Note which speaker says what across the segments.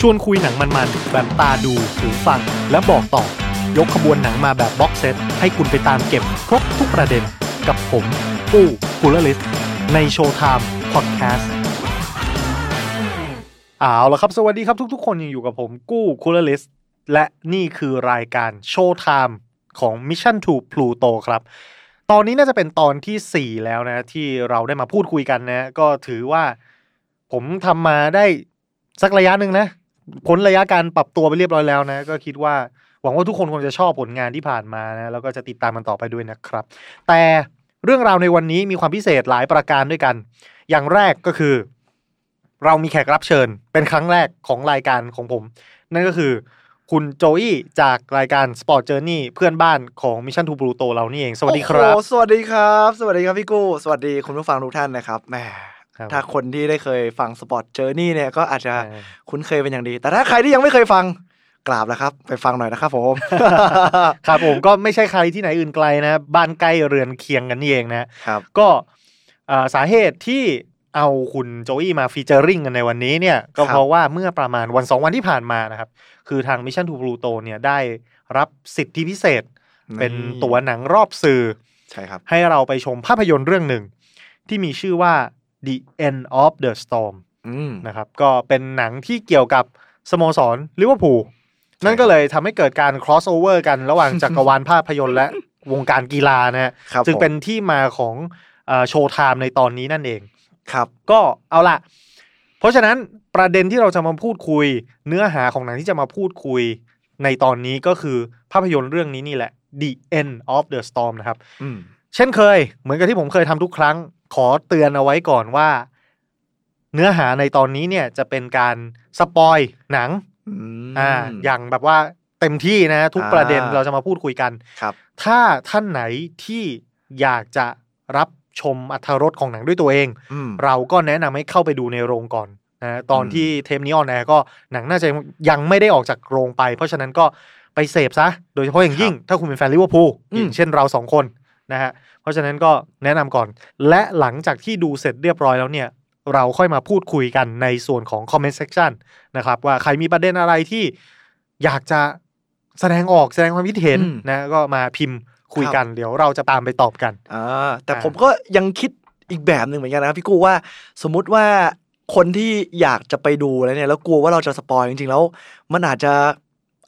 Speaker 1: ชวนคุยหนังมันๆแบบตาดูหูฟัง และบอกต่อ ยกขบวนหนังมาแบบบ็อกเซต ให้คุณไปตามเก็บครบทุกประเด็นกับผมปู้กุลลิสในโชว์ไทม์พอดแคสต์เอาละครับ สวัสดีครับทุกๆ คนยังอยู่กับผมกู้คุลลิส และนี่คือรายการโชว์ไทม์ของ Mission to Pluto ครับ ตอนนี้น่าจะเป็นตอนที่ 4 แล้วนะที่เราได้มาพูดคุยกันนะ ก็ถือว่าผมทำมาได้สักระยะหนึ่งนะ พ้นระยะการปรับตัวไปเรียบร้อยแล้วนะ ก็คิดว่าหวังว่าทุกคนคงจะชอบผลงานที่ผ่านมานะแล้วก็จะติดตามมันต่อไปด้วยนะครับ แต่เรื่องราวในวันนี้มีความพิเศษหลายประการด้วยกัน อย่างแรกก็คือ เรามีแขกรับเชิญ เป็นครั้งแรกของรายการของผม นั่นก็คือคุณโจอี้จากรายการ Sport Journey เพื่อนบ้านของ Mission to Pluto เรานี่เองสวัสดีครับ
Speaker 2: โอ้โหสวัสดีครับ สวัสดีครับพี่กู้ สวัสดีคุณผู้ฟังทุกท่านนะครับแหม
Speaker 1: ครับ
Speaker 2: ถ้าคนที่ได้เคยฟังสปอร์ตเจอร์นี่เนี่ยก็อาจจะ
Speaker 1: เออ
Speaker 2: คุ้นเคยเป็นอย่างดี แต่ถ้าใครที่ยังไม่เคยฟังกราบแล้วครับ ไปฟังหน่อยนะครับ ผม
Speaker 1: ครับผมก็ไม่ใช่ใครที่ไหนอื่นไกลนะ บ้านใกล้เรือนเคียงกันนี่เองนะ
Speaker 2: ครับ
Speaker 1: ก็เอ่อสาเหตุที่เอาคุณโจอี้มาฟีเจอริงกันในวันนี้เนี่ยก็เพราะว่าเมื่อประมาณวัน 2 วันที่ผ่านมานะครับ คือทาง Mission to Pluto เนี่ยได้รับสิทธิพิเศษ เป็นตั๋วหนังรอบสื่อ
Speaker 2: ใช่ครับ
Speaker 1: ให้เราไปชมภาพยนตร์เรื่องหนึ่ง ที่มีชื่อว่า The End of the Storm
Speaker 2: อืม
Speaker 1: นะครับก็เป็นหนังที่เกี่ยวกับสโมสรลิเวอร์พูล
Speaker 2: ช่
Speaker 1: นั่นก็เลยทำให้เกิดการ crossover กันระหว่างจักรวาลภาพยนตร์และวงการกีฬานะฮะ
Speaker 2: ครับ
Speaker 1: จึง
Speaker 2: ผม
Speaker 1: เป็นที่มาของโชว์ไทม์ในตอนนี้นั่นเอง
Speaker 2: ครับ
Speaker 1: ก็เอาล่ะ เพราะฉะนั้นประเด็นที่เราจะมาพูดคุย เนื้อหาของหนังที่จะมาพูดคุยในตอนนี้ก็คือภาพยนตร์เรื่องนี้นี่แหละ The End of the Storm นะครับ
Speaker 2: อืม
Speaker 1: เช่นเคย เหมือนกับที่ผมเคยทำทุกครั้ง ขอเตือนเอาไว้ก่อนว่า เนื้อหาในตอนนี้เนี่ยจะเป็นการสปอยหนัง อ่าอย่างแบบว่าเต็มที่นะ ทุกประเด็น
Speaker 2: อ่า
Speaker 1: เราจะมาพูดคุยกัน
Speaker 2: ครับ
Speaker 1: ถ้าท่านไหนที่อยากจะรับชมอัธรสของหนังด้วยตัวเอง
Speaker 2: อืม
Speaker 1: เราก็แนะนำให้เข้าไปดูในโรงก่อนนะตอน
Speaker 2: อืม
Speaker 1: ที่เทปนี้ออนแอร์ก็หนังน่าจะยังไม่ได้ออกจากโรงไป เพราะฉะนั้นก็ไปเสพซะ โดยเฉพาะอย่างยิ่ง ถ้าคุณเป็นแฟนลิเวอร์พูลอย่างเช่นเราสองคนนะฮะเพราะฉะนั้นก็แนะนำก่อน และหลังจากที่ดูเสร็จเรียบร้อยแล้วเนี่ย เราค่อยมาพูดคุยกันในส่วนของ comment section นะครับ ว่าใครมีประเด็นอะไรที่อยากจะแสดงออกแสดงความคิดเห็น
Speaker 2: อืม
Speaker 1: นะก็มาพิมพ์คุยกันเดี๋ยวเราจะตามไปตอบกัน
Speaker 2: อ่าแต่
Speaker 1: อ่า
Speaker 2: ผมก็ยังคิดอีกแบบหนึ่งเหมือนกันนะครับพี่กู้ว่าสมมุติว่าคนที่อยากจะไปดูแล้วเนี่ยแล้วกลัวว่าเราจะสปอยจริงๆแล้ว มันอาจจะ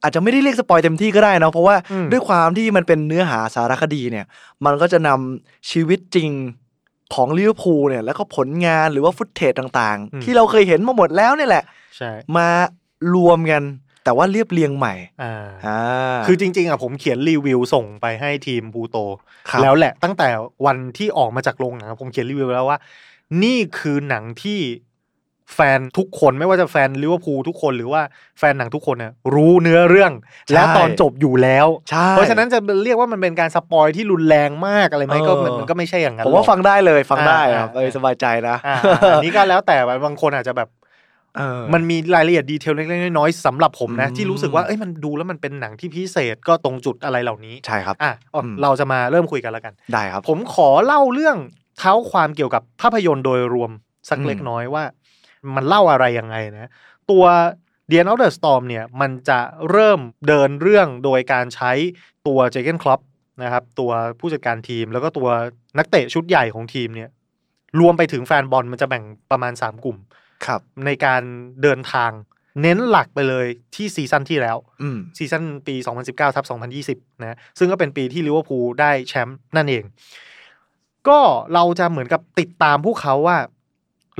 Speaker 2: อาจจะไม่ได้เรียกสปอยเต็มที่ก็ได้เนอะเพราะว่า
Speaker 1: อืม
Speaker 2: ด้วยความที่มันเป็นเนื้อหาสารคดีเนี่ย มันก็จะนำชีวิตจริงของลิเวอร์พูลเนี่ยแล้วก็ผลงานหรือว่าฟุตเทจต่างๆ ที่เราเคยเห็นมาหมดแล้วเนี่ยแหละ
Speaker 1: ใช่
Speaker 2: มารวมกัน แต่ว่าเรียบเรียงใหม่
Speaker 1: อ่า
Speaker 2: อ่า
Speaker 1: คือจริงๆอ่ะผมเขียนรีวิวส่งไปให้ทีมบูโต
Speaker 2: ครับ
Speaker 1: แล้วแหละตั้งแต่วันที่ออกมาจากโรงหนังผมเขียนรีวิวไว้แล้วว่า นี่คือหนังที่แฟนทุกคนไม่ว่าจะแฟนลิเวอร์พูลทุกคนหรือว่าแฟนหนังทุกคนเนี่ยรู้เนื้อเรื่อง และตอนจบอยู่แล้ว
Speaker 2: ใช่
Speaker 1: เพราะฉะนั้นจะเรียกว่ามันเป็นการสปอยที่รุนแรงมากอะไรไหมก็มัน
Speaker 2: เออ
Speaker 1: มันก็ไม่ใช่อย่างนั้น
Speaker 2: ผมว่า
Speaker 1: หรอก
Speaker 2: ฟังได้เลยฟังได้
Speaker 1: อ่า
Speaker 2: ครับเออ
Speaker 1: อ่า
Speaker 2: สบายใจนะ
Speaker 1: อ่าอันนี้ก็แล้วแต่บางคนอาจจะแบบ
Speaker 2: เออ
Speaker 1: มันมีรายละเอียดดีเทลเล็กๆน้อยๆสำหรับผมนะ
Speaker 2: อืม
Speaker 1: ที่รู้สึกว่าเอ้ยมันดูแล้วมันเป็นหนังที่พิเศษก็ตรงจุดอะไรเหล่านี้
Speaker 2: ใช่ครับ
Speaker 1: อ่ะอ๋ออ
Speaker 2: ม
Speaker 1: เราจะมาเริ่มคุยกันแล้วกัน
Speaker 2: ได้ครับ
Speaker 1: ผมขอเล่าเรื่องเท้าความเกี่ยวกับภาพยนตร์โดยรวมสัก
Speaker 2: อืม
Speaker 1: เล็กน้อยว่า มันเล่าอะไรยังไงนะ ตัว The End of the Storm เนี่ย มันจะเริ่มเดินเรื่องโดยการใช้ตัวเจเกนคลอปนะครับ ตัวผู้จัดการทีม แล้วก็ตัวนักเตะชุดใหญ่ของทีมเนี่ย รวมไปถึงแฟนบอลมันจะแบ่งประมาณ 3 กลุ่ม
Speaker 2: ครับ
Speaker 1: ในการเดินทาง เน้นหลักไปเลยที่ซีซั่นที่แล้ว
Speaker 2: อืม
Speaker 1: ซีซั่นปี 2019ทับ2020 นะ ซึ่งก็เป็นปีที่ลิเวอร์พูลได้แชมป์นั่นเอง ก็เราจะเหมือนกับติดตามพวกเขาว่า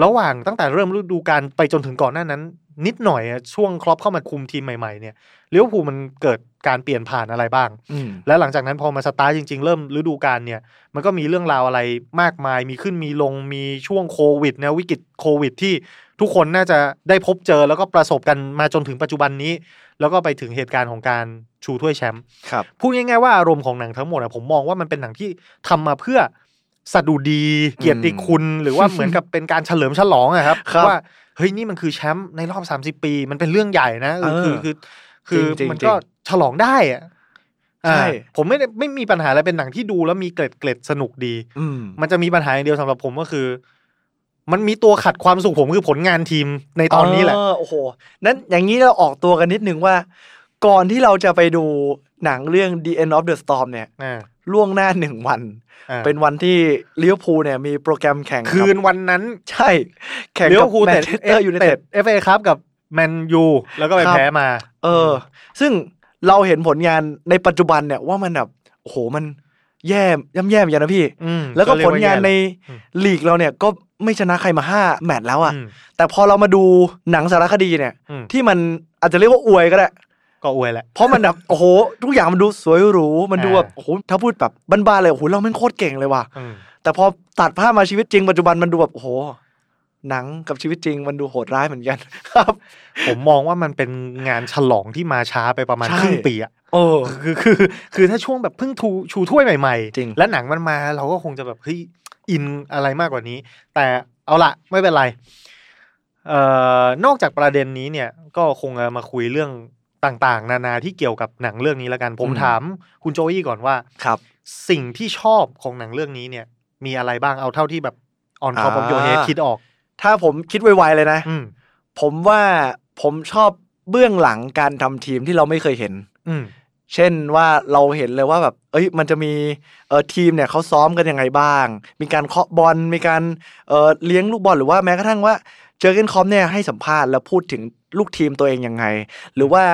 Speaker 1: ระหว่างตั้งแต่เริ่มฤดูกาลไปจนถึงก่อนหน้านั้น นิดหน่อยอะช่วงครอปเข้ามาคุมทีมใหม่ๆเนี่ยลิเวอร์พูลมันเกิดการเปลี่ยนผ่านอะไรบ้าง
Speaker 2: อืม
Speaker 1: และหลังจากนั้นพอมาสตาร์ทจริง ๆ เริ่มฤดูกาลเนี่ย มันก็มีเรื่องราวอะไรมากมาย มีขึ้นมีลงมีช่วงโควิดนะวิกฤตโควิดที่ทุกคนน่าจะได้พบเจอแล้วก็ประสบกันมาจนถึงปัจจุบันนี้ แล้วก็ไปถึงเหตุการณ์ของการชูถ้วยแชมป์
Speaker 2: ครับ
Speaker 1: พูดง่ายๆว่าอารมณ์ของหนังทั้งหมดอะผมมองว่ามันเป็นหนังที่ทำมาเพื่อสดุดี เกียรติคุณ หรือว่าเหมือนกับเป็นการเฉลิมฉลองอะครับ
Speaker 2: ครับ
Speaker 1: ว่าเฮ้ยนี่มันคือแชมป์ในรอบ 30 ปี มันเป็นเรื่องใหญ่นะเออคือคือคือ
Speaker 2: จริงๆ
Speaker 1: มันก็ฉลองได้อะอ่า
Speaker 2: ใช่
Speaker 1: ผมไม่ได้ไม่มีปัญหาอะไรเป็นหนังที่ดูแล้วมีเกล็ดเกล็ดๆสนุกดี
Speaker 2: อืม
Speaker 1: มันจะมีปัญหาอย่างเดียวสำหรับผมก็คือ มันมีตัวขัดความสุขผมคือผลงานทีมในตอนนี้แหละ
Speaker 2: เอโอ้โห นั้นอย่างนี้เราออกตัวกันนิดนึงว่า ก่อนที่เราจะไปดูหนังเรื่อง The End of the Storm เนี่ย
Speaker 1: อ่า
Speaker 2: ล่วงหน้าหนึ่งวัน
Speaker 1: อ่า
Speaker 2: เป็นวันที่ลิเวอร์พูลเนี่ยมีโปรแกรมแข่งกับ
Speaker 1: คืนวันนั้น
Speaker 2: ใช่ แข่ง
Speaker 1: เลี้ย
Speaker 2: กั
Speaker 1: ว
Speaker 2: บ
Speaker 1: คูล
Speaker 2: แม
Speaker 1: เต็
Speaker 2: น
Speaker 1: ด
Speaker 2: เชสเตอร์ยูไนเต็ด
Speaker 1: เอฟเอครับกับแมนยูแล้วก็ไป
Speaker 2: ครับ
Speaker 1: แพ้มา
Speaker 2: เออ ซึ่งเราเห็นผลงานในปัจจุบันเนี่ยว่ามันแบบโอ้โหมันแย่ย่ำแย่เหมือนกันนะพี่
Speaker 1: อืม
Speaker 2: แล้วก็
Speaker 1: เรีย
Speaker 2: ผ
Speaker 1: ว่
Speaker 2: ลงานใน
Speaker 1: แย่ อืม
Speaker 2: ลีกเราเนี่ยก็ไม่ชนะใครมาห้าแมตช์แล้วอะ
Speaker 1: อืม
Speaker 2: แต่พอเรามาดูหนังสารคดีเนี่ย
Speaker 1: อืม
Speaker 2: ที่มันอาจจะเรียกว่าอวยก็ได้
Speaker 1: ก็อวยแหละ
Speaker 2: เพราะมันแบบ โอ้โห ทุกอย่างมันดูสวยหรู มันดู
Speaker 1: อ่า
Speaker 2: แบบโอ้โหถ้าพูดแบบบ้านๆเลยโอ้โหเราแม่งโคตรเก่งเลยว่ะ
Speaker 1: อืม
Speaker 2: แต่พอตัดภาพมาชีวิตจริงปัจจุบันมันดูแบบโอ้โห หนังกับชีวิตจริงมันดูโหดร้ายเหมือนกัน ครับ
Speaker 1: ผมมองว่ามันเป็นงานฉลองที่มาช้าไปประมาณ
Speaker 2: ใช่
Speaker 1: ครึ่งปีอะ
Speaker 2: โอ้
Speaker 1: คือคือคือถ้าช่วงแบบเพิ่งทูชูถ้วยใหม่ๆ
Speaker 2: จริง
Speaker 1: และหนังมันมาเราก็คงจะแบบเฮ้ยอินอะไรมากกว่านี้ แต่เอาละไม่เป็นไรเอ่อนอกจากประเด็นนี้เนี่ยก็คงจะมาคุยเรื่องต่างๆ นานาที่เกี่ยวกับหนังเรื่องนี้แล้วกัน ผมถามคุณโจวี่ก่อนว่า
Speaker 2: ครับ
Speaker 1: สิ่งที่ชอบของหนังเรื่องนี้เนี่ย มีอะไรบ้างเอาเท่าที่แบบออนคอปของโยเฮ
Speaker 2: อ่า
Speaker 1: คิดออก
Speaker 2: ถ้าผมคิดไวๆเลยนะ
Speaker 1: อืม
Speaker 2: ผมว่าผมชอบเบื้องหลังการทำทีมที่เราไม่เคยเห็น
Speaker 1: อืม
Speaker 2: เช่นว่าเราเห็นเลยว่าแบบ เอ้ย มันจะมีเออทีมเนี่ยเขาซ้อมกันยังไงบ้าง มีการเคาะบอล มีการเออเลี้ยงลูกบอลหรือว่าแม้กระทั่งว่าเจอร์เกนคล็อปเนี่ยให้สัมภาษณ์แล้วพูดถึงลูกทีมตัวเองยังไง หรือว่า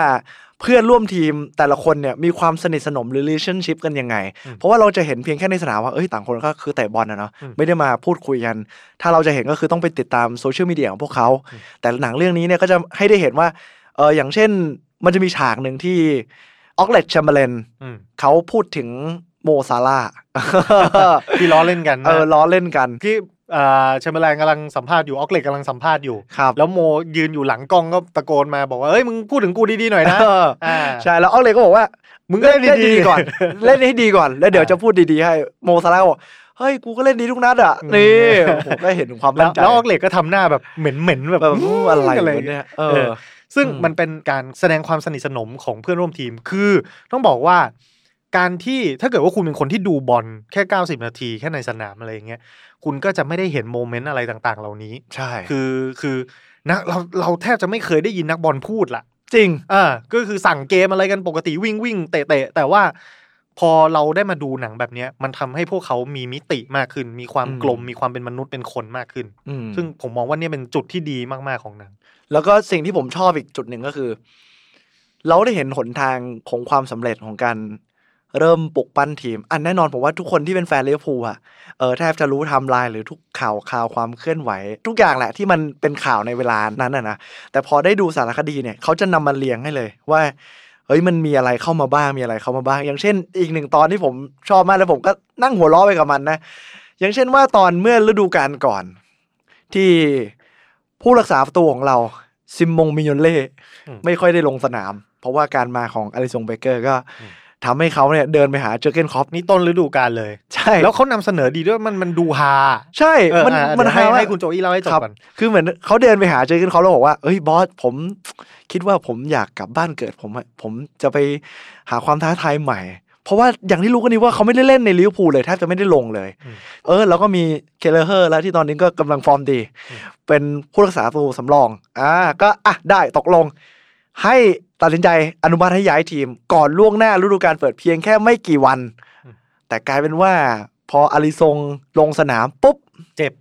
Speaker 2: เพื่อนร่วมทีมแต่ละคนเนี่ยมีความสนิทสนมหรือ relationship กันยังไง
Speaker 1: อืม
Speaker 2: เพราะว่าเราจะเห็นเพียงแค่ในสนามว่าเอ้ยต่างคนก็คือเตะบอลนะเนาะ
Speaker 1: อืม
Speaker 2: ไม่ได้มาพูดคุยกัน ถ้าเราจะเห็นก็คือต้องไปติดตามโซเชียลมีเดียของพวกเขา
Speaker 1: อืม
Speaker 2: แต่หนังเรื่องนี้เนี่ยก็จะให้ได้เห็นว่าเอออย่างเช่นมันจะมีฉากหนึ่งที่ ออกเลตแชมเบอร์เลน
Speaker 1: อืม
Speaker 2: เขาพูดถึงโมซา ลาห์
Speaker 1: ที่ล้อเล่นกัน
Speaker 2: เออ
Speaker 1: นะ
Speaker 2: ล้อเล่นกัน
Speaker 1: ที่เอ่อแชมเบอร์แลนกำลังสัมภาษณ์อยู่ออกเล็กกำลังสัมภาษณ์อยู่
Speaker 2: ครับ
Speaker 1: แล้วโมยืนอยู่หลังกล้องก็ตะโกนมาบอกว่า เอ้ย มึงพูดถึงกูดีๆหน่อยนะ
Speaker 2: เออ
Speaker 1: อ่า
Speaker 2: ใช่แล้วออกเลตก็บอกว่า
Speaker 1: มึ
Speaker 2: มึ
Speaker 1: งก็เล่นดีๆ
Speaker 2: ก่ อน เล่นให้ดีก่อน แล้วเดี๋ยว
Speaker 1: อ่า
Speaker 2: จะพูดดีๆให้โมซาลาห์บอกเฮ้ยกูก็เล่นดีทุกนัดอ่ะ
Speaker 1: อืม
Speaker 2: นี่ผมก็เห็นถึง ความ
Speaker 1: แล้ว
Speaker 2: มั่
Speaker 1: น
Speaker 2: ใจ
Speaker 1: แล้วออกเหล็กก็ทำหน้าแบบเหม็นๆแบบ
Speaker 2: แบบอืมอะไร
Speaker 1: อะไร
Speaker 2: วะเนี่ยเอ
Speaker 1: เอ
Speaker 2: อ
Speaker 1: อ ซึ่ง
Speaker 2: อืม
Speaker 1: มันเป็นการแสดงความสนิทสนมของเพื่อนร่วมทีม คือต้องบอกว่า การที่ถ้าเกิดว่าคุณเป็นคนที่ดูบอลแค่ 90 นาทีแค่ในสนามอะไรอย่างเงี้ยคุณก็จะไม่ได้เห็นโมเมนต์อะไรต่างๆ เหล่านี้
Speaker 2: ใช่
Speaker 1: คือคือนะเราเราแทบจะไม่เคยได้ยินนักบอลพูดล่ะ
Speaker 2: จริง
Speaker 1: อ่าก็คือสั่งเกมอะไรกันปกติวิ่งวิ่งเตะเตะแต่ว่าพอเราได้มาดูหนังแบบเนี้ยมันทำให้พวกเขามีมิติมากขึ้น มีความ
Speaker 2: อืม
Speaker 1: กลมมีความเป็นมนุษย์เป็นคนมากขึ้น
Speaker 2: อืม
Speaker 1: ซึ่งผมมองว่าเนี่ยเป็นจุดที่ดีมากๆของหนัง
Speaker 2: แล้วก็สิ่งที่ผมชอบอีกจุดหนึ่งก็คือ เราได้เห็นหนทางของความสำเร็จของการเริ่มปลุกปั้นทีม อันแน่นอนผมว่าทุกคนที่เป็นแฟนลิเวอร์พูลอะเออแทบจะรู้ไทำลายหรือทุกข่าวข่าวความเคลื่อนไหว ทุกอย่างแหละที่มันเป็นข่าวในเวลานั้นอะนะแต่พอได้ดูสารคดีเนี่ยเขาจะนำมาเรียงให้เลยว่าเฮ้ยมันมีอะไรเข้ามาบ้างมีอะไรเข้ามาบ้าง อย่างเช่น อีกหนึ่งตอนที่ผมชอบมากแล้วผมก็นั่งหัวเราะไปกับมันนะ อย่างเช่นว่าตอนเมื่อฤดูกาลก่อน ที่ผู้รักษาประตูของเรา ซิมมงมิโยนเล่
Speaker 1: อืม
Speaker 2: ไม่ค่อยได้ลงสนาม เพราะว่าการมาของอลิซงเบเกอร์ก็
Speaker 1: อืม
Speaker 2: ทำให้เขาเนี่ยเดินไปหาเจอร์เกนคล็อป
Speaker 1: นี่ต้นฤดูกาลเลย
Speaker 2: ใช่
Speaker 1: แล้วเขานำเสนอดีด้วยมันมันดูฮา
Speaker 2: ใช่
Speaker 1: เออ
Speaker 2: มัน
Speaker 1: อ่ะเดี๋ยว
Speaker 2: มัน
Speaker 1: ให้
Speaker 2: หาว่า
Speaker 1: ให้คุณโจอี้เล่าให้จบ
Speaker 2: ครับ
Speaker 1: ก่อน
Speaker 2: คือเหมือนเขาเดินไปหาเจอเกนคล็อปแล้วบอกว่าเอ้ยบอสผม คิดว่าผมอยากกลับบ้านเกิดผมอะผมจะไปหาความท้าทายใหม่ เพราะว่าอย่างที่รู้กันดีว่าเขาไม่ได้เล่นในลิเวอร์พูลเลยแทบจะไม่ได้ลงเลย เออ แล้วก็มีเคเลเฮอร์แล้วที่ตอนนี้ก็กำลังฟอร์มดี เป็นผู้รักษาประตูสำรองอ่าก็อ่ะได้ตกลง ให้ตัดสินใจอนุมัติให้ย้ายทีม ก่อนล่วงหน้าฤดูกาลเปิดเพียงแค่ไม่กี่วัน แต่กลายเป็นว่า พออาริซงลงสนามปุ๊บ
Speaker 1: เจ็บ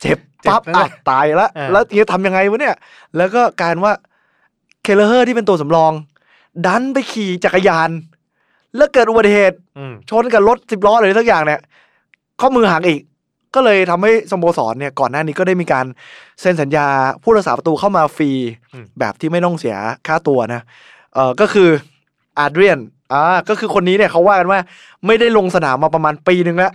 Speaker 2: เจ็บปั๊บ
Speaker 1: เจ็บนั่นแห
Speaker 2: อ่ะ
Speaker 1: ละ
Speaker 2: ตายแล้ว
Speaker 1: เออ
Speaker 2: แล้วจะทำยังไงวะเนี่ย แล้วก็การว่าเคเลเฮอร์ที่เป็นตัวสำรอง ดันไปขี่จักรยาน แล้วเกิดอุบัติเหตุ
Speaker 1: อืม
Speaker 2: ชนกับรถสิบล้อเลยทักอย่างเนี่ย ข้อมือหักอีก ก็เลยทำให้สโมสรเนี่ยก่อนหน้านี้ก็ได้มีการเซ็นสัญญาผู้รักษาประตูเข้ามาฟรี แบบที่ไม่ต้องเสียค่าตัวนะเออก็คืออาเดรียนอ่าก็คือคนนี้เนี่ยเขาว่ากันว่า ไม่ได้ลงสนามมาประมาณปีหนึ่งแล้ว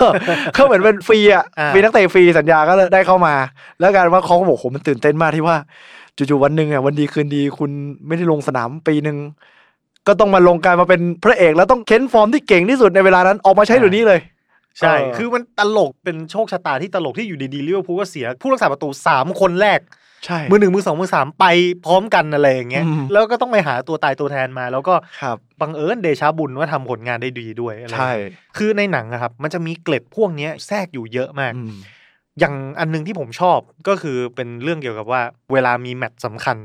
Speaker 2: เขาเหมือนเป็นฟรีอ่ะ
Speaker 1: อ่า
Speaker 2: ฟรีนักเตะฟรีสัญญาก็ได้เข้ามา แล้วการว่าเขาก็บอกโหมันตื่นเต้นมากที่ว่าจู่ๆวันหนึ่งอ่ะวันดีคืนดีคุณไม่ได้ลงสนามปีหนึ่งก็ต้องมาลงกลารมาเป็นพระเอกแล้วต้องเค้นฟอร์มที่เก่งที่สุดในเวลานั้นออกมาใช้เดี๋ยวนี้เลย
Speaker 1: ใช่
Speaker 2: เออ
Speaker 1: คือมันตลกเป็นโชคชะตาที่ตลกที่อยู่ดีๆลิเวอร์พูลก็เสียผู้รักษาประตูสามคนแรก
Speaker 2: ใช่
Speaker 1: มือหนึ่งมือสองมือสามไปพร้อมกันอะไรอย่างเงี้ยแล้วก็ต้องไปหาตัวตายตัวแทนมา แล้วก็
Speaker 2: ครับ
Speaker 1: บังเอิญเดชาบุญว่าทำผลงานได้ดีด้วยอะไรอย่างเงี้ย คือในหนังอะครับ มันจะมีเกล็ดพวกเนี้ยแทรกอยู่เยอะมาก
Speaker 2: อืม
Speaker 1: อย่างอันหนึงที่ผมชอบก็คือเป็นเรื่องเกี่ยวกับว่า เวลามีแมตช์สำคัญ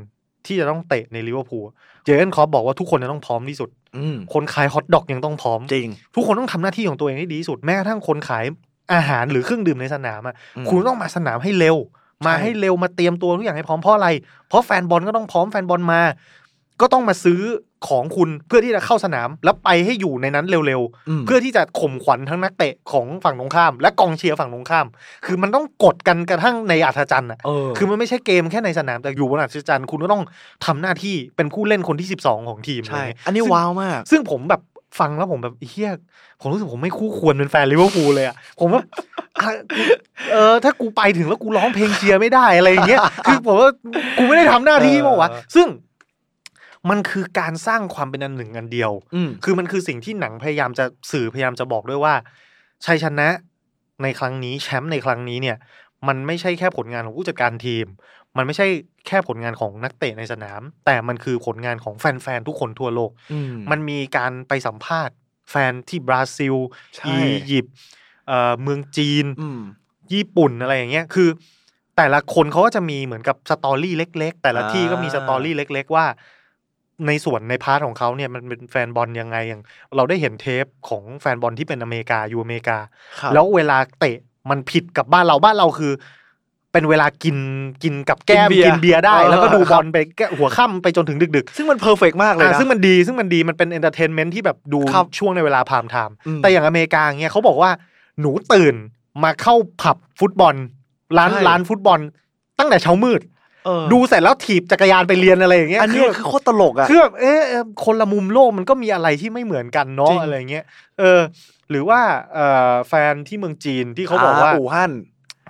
Speaker 1: ที่จะต้องเตะในลิเวอร์พูลเจอร์เกนคล็อปบอกว่าทุกคนจะต้องพร้อมที่สุด
Speaker 2: อืม
Speaker 1: คนขายฮอทดอกยังต้องพร้อม
Speaker 2: จริง
Speaker 1: ทุกคนต้องทำหน้าที่ของตัวเองให้ดีที่สุดแม้กระทั่งคนขายอาหารหรือเครื่องดื่มในสนามอะ
Speaker 2: อืม
Speaker 1: คุณต้องมาสนามให้เร็ว มา
Speaker 2: ใช่
Speaker 1: ให้เร็วมาเตรียมตัวทุกอย่างให้พร้อมเพราะอะไร เพราะแฟนบอลก็ต้องพร้อมแฟนบอลมา ก็ต้องมาซื้อของคุณเพื่อที่จะเข้าสนาม แล้วไปให้อยู่ในนั้นเร็ว
Speaker 2: ม
Speaker 1: ๆ เพื่อที่จะข่มขวัญทั้งนักเตะของฝั่งตรงข้าม และกองเชียร์ฝั่งตรงข้าม คือมันต้องกดกันกระทั่งในอัธจันทร์อะ
Speaker 2: เออ
Speaker 1: คือมันไม่ใช่เกมแค่ในสนามแต่อยู่บนอัธจันทร์คุณก็ต้องทำหน้าที่เป็นผู้เล่นคนที่ 12 ของทีมะไร
Speaker 2: ใช่
Speaker 1: เงี้ย
Speaker 2: อันนี้
Speaker 1: ซึ่ง
Speaker 2: ว้าวมาก
Speaker 1: ซึ่งผมแบบฟังแล้วผมแบบเฮียผมรู้สึกผมไม่คู่ควรเป็นแฟนลิเวอร์พูลเลยอ่ะ ผมว่าอ่ะเออถ้ากูไปถึงแล้วกูร้องเพลงเชียร์ไม่ได้อะไรอย่างเงี้ ย คือผมว่ากูไม่ได้ทำหน้าที่
Speaker 2: เออ
Speaker 1: มาวะซึ่งมันคือการสร้างความเป็นอันหนึ่งอันเดียว
Speaker 2: อืม
Speaker 1: คือมันคือสิ่งที่หนังพยายามจะสื่อพยายามจะบอกด้วยว่าชัยชนะในครั้งนี้แชมป์ในครั้งนี้เนี่ย มันไม่ใช่แค่ผลงานของผู้จัดการทีม มันไม่ใช่แค่ผลงานของนักเตะในสนาม แต่มันคือผลงานของแฟนๆทุกคนทั่วโลก
Speaker 2: อืม
Speaker 1: มันมีการไปสัมภาษณ์แฟนที่บราซิล
Speaker 2: ใช่
Speaker 1: อียิปต์เอ่อเมืองจีน
Speaker 2: อืม
Speaker 1: ญี่ปุ่นอะไรอย่างเงี้ย คือ แต่ละคนเขาก็จะมีเหมือนกับสตอรี่เล็ก ๆ แต่ละ
Speaker 2: อ่า
Speaker 1: ที่ก็มีสตอรี่เล็ก ๆ ว่า ในส่วนในพาร์ทของเขาเนี่ยมันเป็นแฟนบอลยังไงอย่าง เราได้เห็นเทปของแฟนบอลที่เป็นอเมริกาอยู่อเมริกา
Speaker 2: ครับ
Speaker 1: แล้วเวลาเตะมันผิดกับบ้านเราบ้านเราคือ เป็นเวลากินกินกับแก้มกินเบียร์ได้ แล้วก็ดูบอลไปแก้หัวค่ำไปจนถึงดึก ๆ
Speaker 2: ซึ่งมันเพอร์เฟกมากเลย
Speaker 1: อ่ะ
Speaker 2: นะ
Speaker 1: ซึ่งมันดีซึ่งมันดีมันเป็นเอนเตอร์เทนเมนต์ที่แบบดู
Speaker 2: ครับ
Speaker 1: ช่วงในเวลาพามไทม์
Speaker 2: อืม
Speaker 1: แต่อย่างอเมริกาเงี้ยเขาบอกว่าหนูตื่นมาเข้าผับฟุตบอล ร้าน
Speaker 2: ใช่
Speaker 1: ร้านฟุตบอล ตั้งแต่เช้ามืด
Speaker 2: เออ
Speaker 1: ดูเสร็จแล้วถีบจักรยานไปเรียนอะไรอย่างเงี้ย
Speaker 2: อันเนี้ยคือโคตรตลกอ่ะ
Speaker 1: คือแบบเอะเอะคนละมุมโลกมันก็มีอะไรที่ไม่เหมือนกัน
Speaker 2: จริ
Speaker 1: เนาะ
Speaker 2: ง
Speaker 1: อะไรเงี้ยเออ หรือว่าเอ่อแฟนที่เมืองจีนที่เขาบอกว่า
Speaker 2: อู่ฮั่น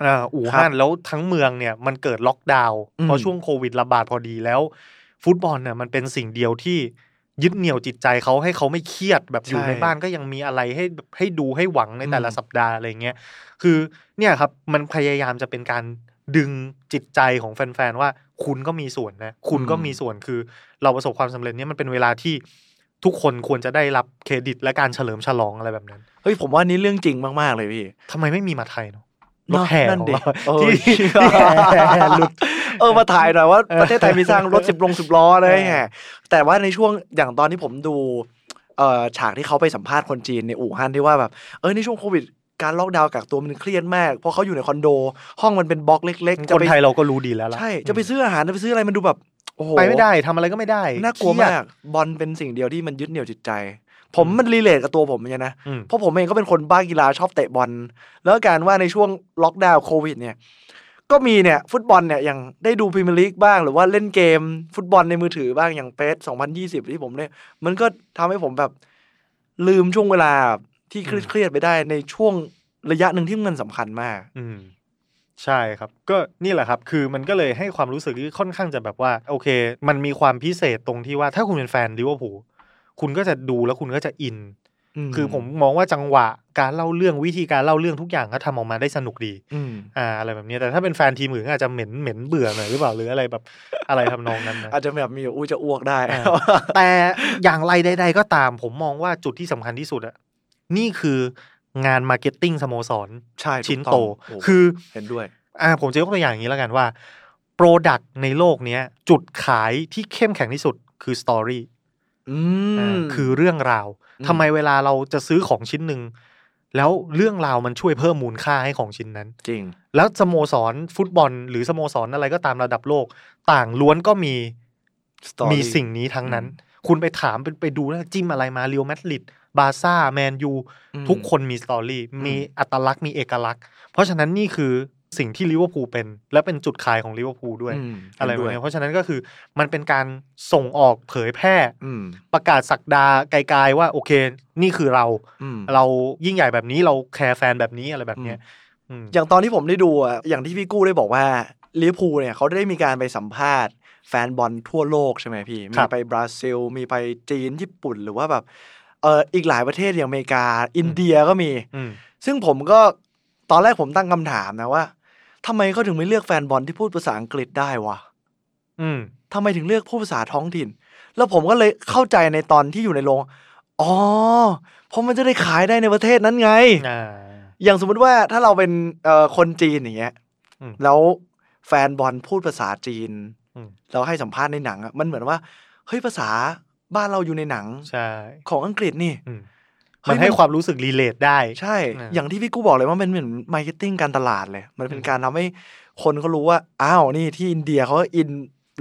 Speaker 1: อ่าอู่ฮั่นแล้วทั้งเมืองเนี่ยมันเกิดล็อกดาวน์
Speaker 2: อืม
Speaker 1: เพราะช่วงโควิดระบาดพอดีแล้ว ฟุตบอลเนี่ยมันเป็นสิ่งเดียวที่ยึดเหนี่ยวจิตใจเขาให้เขาไม่เครียดแบบอยู่ในบ้านก็ยังมีอะไรให้แบบให้ดูให้หวังในแต่ละสัปดาห์อะไรเงี้ยคือเนี่ยครับมันพยายามจะเป็นการดึงจิตใจของแฟนๆว่าคุณก็มีส่วนนะคุณก็มีส่วนคือ เราประสบความสำเร็จเนี่ยมันเป็นเวลาที่ทุกคนควรจะได้รับเครดิตและการเฉลิมฉลองอะไรแบบนั้น
Speaker 2: เฮ้ยผมว่านี่เรื่องจริงมาก ๆ เลยพี่
Speaker 1: ทำไมไม่มีมาไทยเนาะรถแห่
Speaker 2: เนอะนั่น
Speaker 1: ของ
Speaker 2: ดิ
Speaker 1: เรา
Speaker 2: เออ
Speaker 1: ที่ที่แห่หลุด
Speaker 2: เออมาถ่ายหน่อยว่า
Speaker 1: เออ
Speaker 2: ประเทศไทยมีสร้าง รถสิบลงสิบล้อเลย
Speaker 1: เออ
Speaker 2: แฮะแต่ว่าในช่วงอย่างตอนที่ผมดูเอ่อฉากที่เขาไปสัมภาษณ์คนจีนในอู่ฮั่นที่ว่าแบบเออในช่วงโควิด การล็อกดาวน์กักตัวมันเครียดมากเพราะเขาอยู่ในคอนโด ห้องมันเป็นบล็อกเล็ก ๆ
Speaker 1: ค
Speaker 2: จะ
Speaker 1: น
Speaker 2: ไป
Speaker 1: ไทยเราก็รู้ดีแล้วล่ะ
Speaker 2: ใช่จะไปซื้ออาหารจะไปซื้ออะไรมันดูแบบโอ้โห
Speaker 1: ไปไม่ได้ทำอะไรก็ไม่ได้
Speaker 2: น่ากลัว
Speaker 1: เครีย
Speaker 2: มา
Speaker 1: ด
Speaker 2: กบอลเป็นสิ่งเดียวที่มันยึดเหนี่ยวจิตใจ ผม
Speaker 1: อืม
Speaker 2: มันรีเลทกับตัวผมเหมือนกันนะ
Speaker 1: อืม
Speaker 2: เพราะผมเองก็เป็นคนบ้ากีฬาชอบเตะบอลแล้วการว่าในช่วงล็อกดาวน์โควิดเนี่ย ก็มีเนี่ยฟุตบอลเนี่ยอย่างได้ดูพรีเมียร์ลีกบ้างหรือว่าเล่นเกมฟุตบอลในมือถือบ้างอย่างเปส2020 ที่ผมเนี่ย มันก็ทำให้ผมแบบลืมช่วงเวลาที่เครียดๆไปได้ในช่วงระยะหนึ่งที่มันสำคัญมาก
Speaker 1: อืมใช่ครับ ก็นี่แหละครับ คือมันก็เลยให้ความรู้สึกที่ค่อนข้างจะแบบว่า โอเค มันมีความพิเศษตรงที่ว่าถ้าคุณเป็นแฟนลิเวอร์พูลคุณก็จะดูแล้วคุณก็จะอิน คือผมมองว่าจังหวะการเล่าเรื่องวิธีการเล่าเรื่องทุกอย่างก็ทำออกมาได้สนุกดี
Speaker 2: อืม
Speaker 1: อ่า อะไรแบบนี้แต่ถ้าเป็นแฟนทีมอื่นก็อาจจะเหม็นเหม็นเบื่อหน่อยหรือเปล่าหรืออะไรแบบอะไรทำนองนั้นนะ
Speaker 2: อาจจะแบบมีอู้จะอ้วก ได้
Speaker 1: อ่า แต่อย่างไรใดๆก็ตามผมมองว่าจุดที่สำคัญที่สุดอะนี่คืองานมาร์เก็ตติ้งสโมสร
Speaker 2: ใช่
Speaker 1: ชิ้น
Speaker 2: ถูก
Speaker 1: โต
Speaker 2: องห
Speaker 1: คือ
Speaker 2: เห็นด้วย
Speaker 1: อ่าผมจะยกตัวอย่างอย่างนี้แล้วกันว่า โปรดักต์ในโลกเนี้ย จุดขายที่เข้มแข็งที่สุดคือสตอรี่
Speaker 2: อื
Speaker 1: าม คือเรื่องราว
Speaker 2: อืม
Speaker 1: ทำไมเวลาเราจะซื้อของชิ้นหนึ่ง แล้วเรื่องราวมันช่วยเพิ่มมูลค่าให้ของชิ้นนั้น
Speaker 2: จริง
Speaker 1: แล้วสโมสรฟุตบอล หรือสโมสรอะไรก็ตามระดับโลก ต่างล้วนก็มี
Speaker 2: Story
Speaker 1: มีสิ่งนี้ทั้งนั้น คุณไปถามไปไปดูแล้วจิ้มอะไรมาเรียวมาดริดบาร์ซ่าแมนยู
Speaker 2: อืม
Speaker 1: ทุกคนมีสตอรี่มีอัตลักษณ์มีเอกลักษณ์ เพราะฉะนั้นนี่คือสิ่งที่ลิเวอร์พูลเป็น และเป็นจุดขายของลิเวอร์พูลด้วย
Speaker 2: ม
Speaker 1: อะไรแบบ
Speaker 2: เห็นด้ว
Speaker 1: เนี้
Speaker 2: ย
Speaker 1: ยเพราะฉะนั้นก็คือมันเป็นการส่งออกเผยแพร่
Speaker 2: อืม
Speaker 1: ประกาศสักดาไกลๆว่าโอเค นี่คือเรา
Speaker 2: อืม
Speaker 1: เรายิ่งใหญ่แบบนี้เราแคร์แฟนแบบนี้อะไรแบบเนี้ยอืม
Speaker 2: อย่างตอนที่ผมได้ดูอ่ะอย่างที่พี่กู้ได้บอกว่าลิเวอร์พูลเนี่ยเขาได้มีการไปสัมภาษณ์ แฟนบอลทั่วโลกใช่ไหมพี่
Speaker 1: ครั
Speaker 2: มี
Speaker 1: บ
Speaker 2: ไปบราซิล มีไปจีนญี่ปุ่นหรือว่าแบบเอออีกหลายประเทศอย่างอเมริกา อินเดียก็มี
Speaker 1: อืม
Speaker 2: ซึ่งผมก็ตอนแรกผมตั้งคำถามนะว่าทำไมเขาถึงไม่เลือกแฟนบอลที่พูดภาษาอังกฤษได้วะ
Speaker 1: อืม
Speaker 2: ทำไมถึงเลือกผู้ภาษาท้องถิ่น แล้วผมก็เลยเข้าใจในตอนที่อยู่ในโรง อ๋อ เพราะมันจะได้ขายได้ในประเทศนั้นไง
Speaker 1: อ่า
Speaker 2: อย่างสมมุติว่าถ้าเราเป็นเอ่อคนจีนอย่างเงี้ย
Speaker 1: อืม
Speaker 2: แล้วแฟนบอลพูดภาษาจีน
Speaker 1: อืม
Speaker 2: เราให้สัมภาษณ์ในหนังอะมันเหมือนว่าเฮ้ยภาษาบ้านเราอยู่ในหนัง
Speaker 1: ใช่
Speaker 2: ของอังกฤษนี่
Speaker 1: อืม
Speaker 2: เฮ้
Speaker 1: มัน
Speaker 2: ย
Speaker 1: ให้ความรู้สึกรีเลทได้
Speaker 2: ใช่
Speaker 1: อ่า
Speaker 2: อย่างที่พี่กูบอกเลยว่ามันเหมือนมาร์เก็ตติ้งการตลาดเลย มันเป็น
Speaker 1: อืม
Speaker 2: การทำให้คนเขารู้ว่า อ้าว นี่ที่อินเดียเขาอิน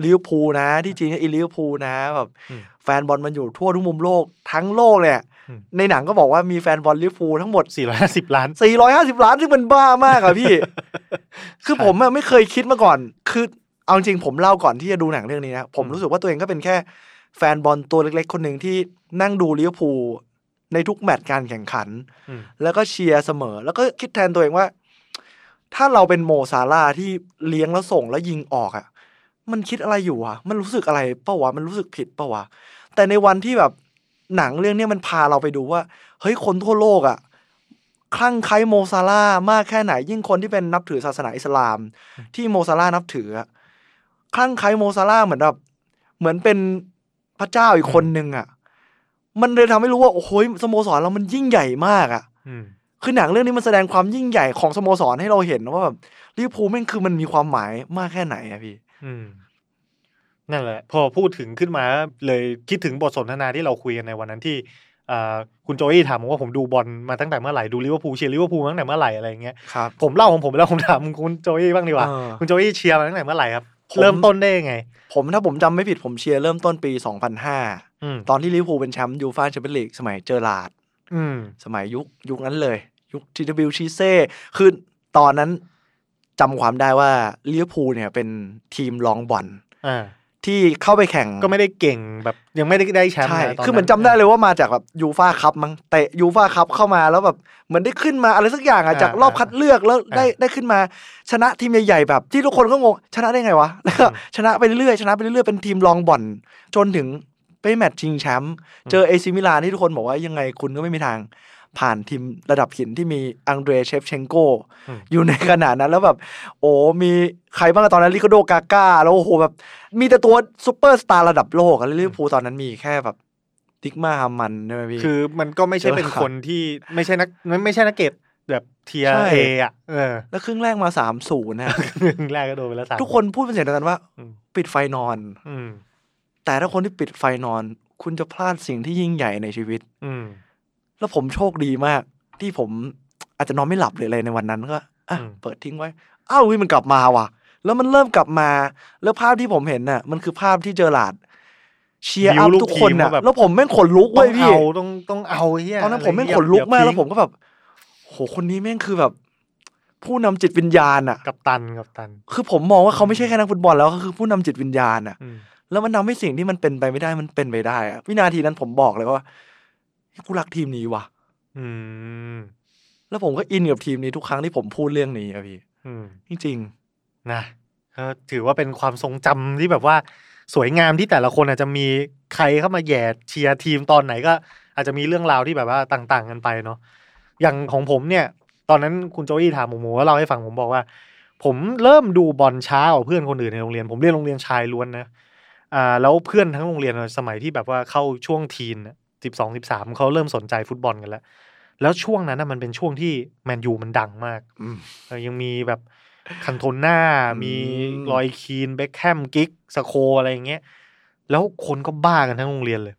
Speaker 2: ลิเวอร์พูลนะ ที่จีนก็อินลิเวอร์พูลนะ แบบ
Speaker 1: อืม
Speaker 2: แฟนบอลมันอยู่ทั่วทุกมุมโลกทั้งโลกเนี่ย
Speaker 1: อืม
Speaker 2: ในหนังก็บอกว่ามีแฟนบอลลิเวอร์พูลทั้งหมด
Speaker 1: 450 ล้าน
Speaker 2: 450 ล้าน ซึ่งมันบ้ามากอะพี่ คือผมอะไม่เคยคิดมาก่อน คือ เอาจริงผมเล่าก่อนที่จะดูหนังเรื่องนี้นะ ผม
Speaker 1: อืม
Speaker 2: รู้สึกว่าตัวเองก็เป็นแค่แฟนบอลตัวเล็กๆ คนหนึ่งที่นั่งดูลิเวอร์พูลในทุกแมตช์การแข่งขัน
Speaker 1: อืม
Speaker 2: แล้วก็เชียร์เสมอ แล้วก็คิดแทนตัวเองว่า ถ้าเราเป็นโมซาลาห์ที่เลี้ยงแล้วส่งแล้วยิงออกอะ่ะ มันคิดอะไรอยู่วะมันรู้สึกอะไรเปล่าวะมันรู้สึกผิดเปล่าวะแต่ในวันที่แบบหนังเรื่องเนี้ยมันพาเราไปดูว่า เฮ้ยคนทั่วโลกอะ่ะคลั่งไคล้โมซาลาห์มากแค่ไหน ยิ่งคนที่เป็นนับถือศาสนาอิสลาม ที่โมซาลาห์นับถืออะคลั่งไคล้โมซาลาห์เหมือนแบบเหมือนเป็นพระเจ้าอีกคนนึงอะ่ะ มันเลยทำให้รู้ว่าโอ้โหสโมสรเรามันยิ่งใหญ่มากอ่ะ
Speaker 1: อืม
Speaker 2: คือหนังเรื่องนี้มันแสดงความยิ่งใหญ่ของสโมสรให้เราเห็นนะว่าแบบลิเวอร์พูลแม่งคือมันมีความหมายมากแค่ไหนอะพี่
Speaker 1: อืม นั่นแหละ พอพูดถึงขึ้นมา เลยคิดถึงบทสนทนาที่เราคุยกันในวันนั้นที่เอ่อคุณโจอี้ถามผมว่าผมดูบอลมาตั้งแต่เมื่อไหร่ ดูลิเวอร์พูลเชียร์ลิเวอร์พูลมาตั้งแต่เมื่อไหร่อะไรอย่างเงี้ย
Speaker 2: ครับ
Speaker 1: ผมเล่าของผมไปแล้วผมถามคุณโจอี้บ้างดีกว่า
Speaker 2: เออ
Speaker 1: คุณโจอี้เชียร์มาตั้งแต่เมื่อไหร่ครับ
Speaker 2: ผม
Speaker 1: เริ่มต้นได้ยังไง
Speaker 2: ผมถ้าผมจำไม่ผิดผมเชียร์เริ่มต้นปี 2005
Speaker 1: อืม
Speaker 2: ตอนที่ลิเวอร์พูลเป็นแชมป์ยูฟ่าแชมเปี้ยนลีกสมัยเจอราร์ด
Speaker 1: อืม
Speaker 2: สมัยยุคยุคนั้นเลย ยุคทีดบิลชีเซ่คือตอนนั้นจำความได้ว่าลิเวอร์พูลเนี่ยเป็นทีมลองบอล
Speaker 1: อ่า
Speaker 2: ที่เข้าไปแข่ง
Speaker 1: ก็ไม่ได้เก่งแบบยังไม่ได้ได้แชมป์
Speaker 2: ใช่
Speaker 1: ะต
Speaker 2: คือเหมือนจำได้
Speaker 1: ะ
Speaker 2: เลยว่ามาจากแบบยูฟาคัพมั้งเตะยูฟาคัพเข้ามาแล้วแบบเหมือนได้ขึ้นมาอะไรสักอย่างอ่ะ
Speaker 1: อ่า
Speaker 2: จากรอบคัดเลือกแล้วได้
Speaker 1: อ่า
Speaker 2: ได้ขึ้นมาชนะทีมใหญ่ๆแบบที่ทุกคนก็งง ชนะได้ไงวะแล้วก็
Speaker 1: อืม
Speaker 2: ชนะไปเรื่อยๆชนะไปเรื่อยๆเป็นทีมรองบ่อน จนถึงไปแมตช์ชิงแชมป์เจอเอซิมิลานที่ทุกคนบอกว่ายังไงคุณก็ไม่มีทาง ผ่านทีมระดับหินที่มีอังเดรเชฟเชงโก
Speaker 1: อืม
Speaker 2: อยู่ในขนาดนั้นแล้วแบบ โอ้มีใครบ้างอะตอนนั้นลิโกโดกาก้าแล้วโอ้โหแบบ มีแต่ตัวซูเปอร์สตาร์ระดับโลกอะลิเวอร์พูลตอนนั้นมีแค่แบบดิกมาฮามันใช่ไหมพี่
Speaker 1: คือมันก็ไม่ใช่เป็นคนที่ไม่ใช่นักไม่ไม่ใช่นักเก็ตแบบเทีย
Speaker 2: ใช่
Speaker 1: เออะเออ
Speaker 2: แล้วครึ่งแรกมาสามศูนย์นะ
Speaker 1: ครึ่งแรกก็โดนไปแล้วสาม
Speaker 2: ทุกคนพูดเป็นเสียงเดียวกันว่า
Speaker 1: อืม
Speaker 2: ปิดไฟนอน
Speaker 1: อืม
Speaker 2: แต่ถ้าคนที่ปิดไฟนอน คุณจะพลาดสิ่งที่ยิ่งใหญ่ในชีวิต
Speaker 1: อืม
Speaker 2: แล้วผมโชคดีมาก ที่ผมอาจจะนอนไม่หลับหรืออะไรในวันนั้นก็อ่ะ
Speaker 1: อืม
Speaker 2: เปิดทิ้งไว้อ้าวเฮ้ยมันกลับมาว่ะ แล้วมันเริ่มกลับมา แล้วภาพที่ผมเห็นน่ะ มันคือภาพที่เจอหลาร์ดเชียร์อัพทุกคนน่ะแล้วผมแม่งขนลุก
Speaker 1: ต้อ
Speaker 2: เว้ย
Speaker 1: ง
Speaker 2: พี่
Speaker 1: เอาต้องต้องเอาเฮีย
Speaker 2: ตอนนั้นผมแม่ง
Speaker 1: ะไร
Speaker 2: ขนลุกมาก
Speaker 1: อย่
Speaker 2: แล้วผมก็แบบ โหคนนี้แม่งคือแบบ ผู้นำจิตวิญญาณอ่ะ
Speaker 1: กับตันกับตัน
Speaker 2: คือผมมองว่าเขาไม่ใช่แค่นักฟุตบอลแล้วเขาคือผู้นำจิตวิญญาณอ่ะ
Speaker 1: อืม
Speaker 2: แล้วมันทำให้สิ่งที่มันเป็นไปไม่ได้มันเป็นไปได้อ่ะวินาทีนั้นผมบอกเลยว่าเฮ้ยกูรักทีมนี้ว่ะ
Speaker 1: อืม
Speaker 2: แล้วผมก็อินกับทีมนี้ทุกครั้งที่ผมพูดเรื่องนี้อะพี่
Speaker 1: อืม
Speaker 2: จริง
Speaker 1: นะก็ถือว่าเป็นความทรงจำที่แบบว่า สวยงามที่แต่ละคนอาจจะมีใครเข้ามาแหย่เชียร์ทีมตอนไหนก็ อาจจะมีเรื่องราวที่แบบว่าต่าง ๆ กันไปเนาะอย่างของผมเนี่ย ตอนนั้นคุณโจอี้ถามผมว่าเราให้ฟังผมบอกว่า ผมเริ่มดูบอลช้ากว่าเพื่อนคนอื่นในโรงเรียน ผมเรียนโรงเรียนชายล้วนนะอ่าแล้วเพื่อนทั้งโรงเรียนสมัยที่แบบว่าเข้าช่วงทีนสิบสองสิบสามเขาเริ่มสนใจฟุตบอลกันแล้ว แล้วช่วงนั้นนะมันเป็นช่วงที่แมนยูมันดังมาก
Speaker 2: ๆอืม
Speaker 1: เออยังมีแบบคันโทน่า
Speaker 2: อืม
Speaker 1: มีลอยคีน เบคแฮม กิกสโค อะไรอย่างเงี้ย แล้วคนก็บ้ากันทั้งโรงเรียนเลย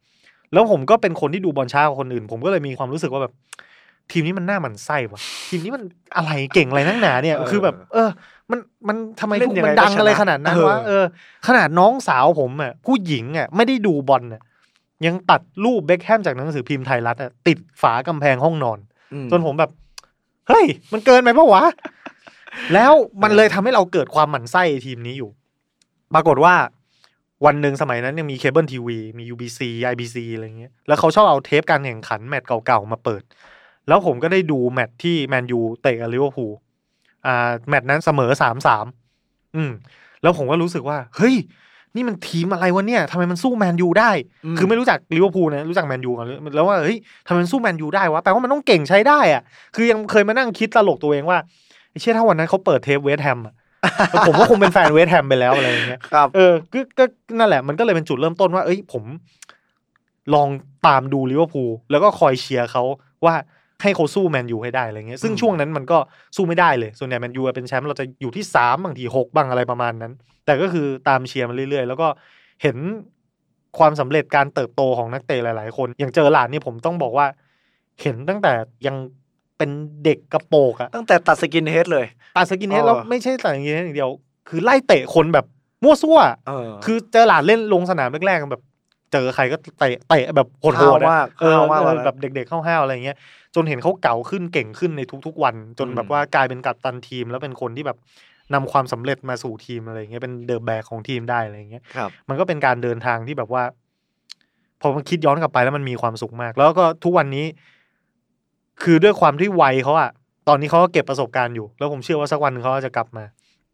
Speaker 1: แล้วผมก็เป็นคนที่ดูบอลช้ากว่าคนอื่น ผมก็เลยมีความรู้สึกว่าแบบ ทีมนี้มันหน้าหมันไส้วะทีมนี้มันอะไรเก่งอะไรนักหนาเนี่ย คือแบบ เออ มันมันทำไม
Speaker 2: เล่นยังไง
Speaker 1: มันดัง
Speaker 2: ก็ชนะ
Speaker 1: อะไรขนาดนั้นวะ
Speaker 2: เออ
Speaker 1: เออ ขนาดน้องสาวผมอ่ะผู้หญิงอ่ะไม่ได้ดูบอลน่ะยังตัดรูปเบคแฮมจากหนังสือพิมพ์ไทยรัฐอ่ะติดฝากำแพงห้องนอน
Speaker 2: อืม
Speaker 1: จนผมแบบ เฮ้ย มันเกินไปปะวะ แล้วมันเลยทำให้เราเกิดความหมั่นไส้ทีมนี้อยู่ ปรากฏว่า วันหนึ่งสมัยนั้นยังมีเคเบิลทีวีมี UBC IBC อะไรเงี้ยแล้วเขาชอบเอาเทปการแข่งขันแมตช์เก่าๆ มาเปิด แล้วผมก็ได้ดูแมตช์ที่แมนยูเตะกับลิเวอร์พูลอ่าแมตช์นั้นเสมอสามสามอืม แล้วผมก็รู้สึกว่า เฮ้ย นี่มันทีมอะไรวะเนี่ยทำไมมันสู้แมนยูได้
Speaker 2: อืม
Speaker 1: คือไม่รู้จักลิเวอร์พูลนะรู้จักแมนยูก่อนแล้วว่าเฮ้ยทำไมมันสู้แมนยูได้วะแปลว่ามันต้องเก่งใช้ได้อะคือยังเคยมานั่งคิดตลกตัวเองว่าไอ้เชื่อถ้าวันนั้นเขาเปิดเทปเวสต์แฮมอะ ผมก็คงเป็นแฟนเวสต์แฮมไปแล้วอะไรอย่างเงี้ย
Speaker 2: ครับ
Speaker 1: เออก็ก็นั่นแหละ มันก็เลยเป็นจุดเริ่มต้นว่า เอ้ย ผม ลองตามดูลิเวอร์พูลแล้วก็คอยเชียร์เขาว่า ให้เขาสู้แมนยูให้ได้อะไรเงี้ยซึ่ง
Speaker 2: อืม
Speaker 1: ช่วงนั้นมันก็สู้ไม่ได้เลย ส่วนใหญ่แมนยูเป็นแชมป์เราจะอยู่ที่สามบางทีหกบางอะไรประมาณนั้น แต่ก็คือตามเชียร์มาเรื่อยๆ แล้วก็เห็นความสำเร็จการเติบโตของนักเตะหลาย ๆ คน อย่างเจอหลานนี่ผมต้องบอกว่า เห็นตั้งแต่ยังเป็นเด็กกระโปกอะ
Speaker 2: ตั้งแต่ตัดสกินเฮดเลย
Speaker 1: ตัดสกินเฮด
Speaker 2: เออ
Speaker 1: แล้วไม่ใช่ตัดสกินเฮดอย่างเดียว คือไล่เตะคนแบบมั่วซั่ว
Speaker 2: เออ
Speaker 1: คือเจอหลานเล่นลงสนามแรกๆแบบ เจอใครก็เตะเตะแบบโหด
Speaker 2: ห้าว
Speaker 1: ๆนะ
Speaker 2: มาก
Speaker 1: เออ
Speaker 2: ห้าวมาก
Speaker 1: เออ
Speaker 2: ตอนนั้น
Speaker 1: แบบเด็กๆห้าวๆอะไรเงี้ย จนเห็นเขาเก่าขึ้นเก่งขึ้นในทุกๆวัน จน
Speaker 2: อืม
Speaker 1: แบบว่ากลายเป็นกัปตันทีม แล้วเป็นคนที่แบบนำความสำเร็จมาสู่ทีมอะไรเงี้ยเป็นเดอะแบกของทีมได้อะไรเงี้ย
Speaker 2: ครับ
Speaker 1: มันก็เป็นการเดินทางที่แบบว่า พอมันคิดย้อนกลับไปแล้วมันมีความสุขมาก แล้วก็ทุกวันนี้ คือด้วยความที่วัยเขาอะตอนนี้เขาก็เก็บประสบการณ์อยู่ แล้วผมเชื่อว่าสักวันหนึ่งเขาก็จะกลับมา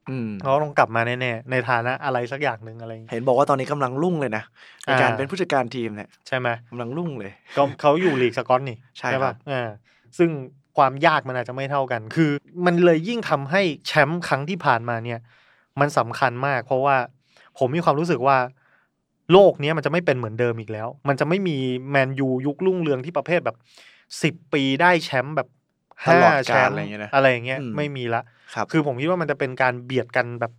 Speaker 2: อืม
Speaker 1: เขาต้องกลับมาแน่ๆในฐานะอะไรสักอย่างหนึ่งอะไรอย่างเงี้ย
Speaker 2: เห็นบอกว่าตอนนี้กำลังรุ่งเลยนะในการ
Speaker 1: อ่า
Speaker 2: เป็นผู้จัดการทีมเนี่ย
Speaker 1: ใช่ไหม
Speaker 2: กำลังรุ่งเลย
Speaker 1: ก็ เขาอยู่ลีกสกอตนี่
Speaker 2: ใช่ครั
Speaker 1: ป่ะ
Speaker 2: บ
Speaker 1: อ่าซึ่งความยากมันอาจจะไม่เท่ากัน คือ มันเลยยิ่งทำให้แชมป์ครั้งที่ผ่านมาเนี่ย มันสำคัญมาก เพราะว่าผมมีความรู้สึกว่า โลกเนี้ยมันจะไม่เป็นเหมือนเดิมอีกแล้ว มันจะไม่มีแมนยูยุครุ่งเรืองที่ประเภทแบบสิบ10 ปีได้แชมป์แบบ
Speaker 2: ต
Speaker 1: ห้า
Speaker 2: ลอดกาล
Speaker 1: แชมป์
Speaker 2: อะไรอย่างเงี้ยนะ
Speaker 1: อะไรอย่างเงี้ย
Speaker 2: อืม
Speaker 1: ไม่มีละ
Speaker 2: ครับ
Speaker 1: คือผมคิดว่ามันจะเป็นการเบียดกันแบบ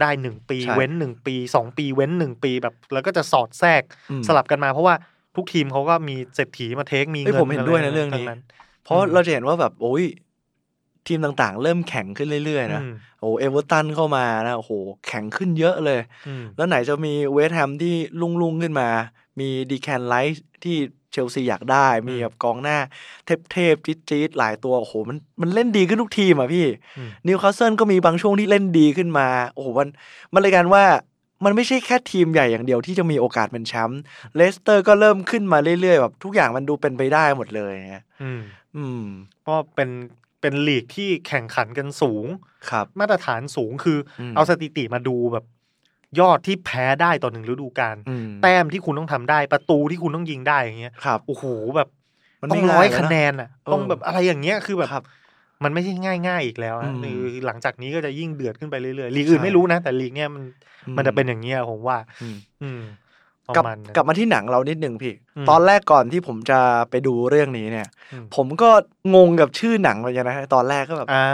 Speaker 1: ได้หนึ่งปี
Speaker 2: ใช่
Speaker 1: เว้นหนึ่งปีสองปีเว้นหนึ่งปีแบบ แล้วก็จะสอดแทรก
Speaker 2: อืม
Speaker 1: สลับกันมาเพราะว่าทุกทีมเขาก็มีเศรษฐีมาเทคมี
Speaker 2: เอ้ย
Speaker 1: เงิน
Speaker 2: ผมเห็นด้วยนะเรื่องนี้
Speaker 1: ทั้
Speaker 2: เพราะ
Speaker 1: อืม
Speaker 2: เราจะเห็นว่าแบบโอ้ยทีมต่างๆ เริ่มแข็งขึ้นเรื่อยๆนะ
Speaker 1: อืม
Speaker 2: โอ้เอเวอร์ตันเข้ามานะโอ้โหแข็งขึ้นเยอะเลย
Speaker 1: อืม
Speaker 2: แล้วไหนจะมีเวสต์แฮมที่ลุ่งๆขึ้นมา มีดีแคนไลท์ที่เชลซีอยากได้ มีแบบกองหน้า เทพๆจี๊ดๆหลายตัวโอ้โหมันมันเล่นดีขึ้นทุกทีมอ่ะพี่
Speaker 1: อืม
Speaker 2: นิวคาสเซิลก็มีบางช่วงที่เล่นดีขึ้นมา โอ้โหมันมันเลยกันว่ามันไม่ใช่แค่ทีมใหญ่อย่างเดียวที่จะมีโอกาสเป็นแชมป์เลสเตอร์ก็เริ่มขึ้นมาเรื่อยๆแบบทุกอย่างมันดูเป็นไปได้หมดเลยไง
Speaker 1: อืม
Speaker 2: อืม
Speaker 1: ก็เป็นเป็นลีกที่แข่งขันกันสูง
Speaker 2: ครับ
Speaker 1: มาตรฐานสูงคืออ
Speaker 2: ม
Speaker 1: เอาสถิติมาดูแบบ ยอดที่แพ้ได้ต่อหนึ่งฤดูกาล
Speaker 2: อืม
Speaker 1: แต้มที่คุณต้องทำได้ประตูที่คุณต้องยิงได้อย่างเงี้ย
Speaker 2: ครับ
Speaker 1: โอ้โหแบบ
Speaker 2: มัน
Speaker 1: ต้
Speaker 2: ไม่
Speaker 1: องร้อย
Speaker 2: ง่ายแล้วนะ
Speaker 1: คะแนนอ่ะต้อง
Speaker 2: เออ
Speaker 1: แบบอะไรอย่างเงี้ยคือแบบ
Speaker 2: ครับ
Speaker 1: มันไม่ใช่ง่าย ๆ อีกแล้วอะ
Speaker 2: อืม
Speaker 1: คือหลังจากนี้ก็จะยิ่งเดือดขึ้นไปเรื่อยๆลีกอื่น
Speaker 2: ใช่
Speaker 1: ไม่รู้นะ แต่ลีกเนี้ยมัน
Speaker 2: อื
Speaker 1: มันจะเป็นอย่างเงี้ยผมว่า
Speaker 2: อืม
Speaker 1: อืมประ
Speaker 2: กลับ
Speaker 1: มาณนั้น
Speaker 2: กลับมาที่หนังเรานิดหนึ่งพี่
Speaker 1: อืม
Speaker 2: ตอนแรกก่อนที่ผมจะไปดูเรื่องนี้เนี่ย
Speaker 1: อืม
Speaker 2: ผมก็งงกับชื่อหนังเหมือนกันนะตอนแรกก็แบบ
Speaker 1: อ่า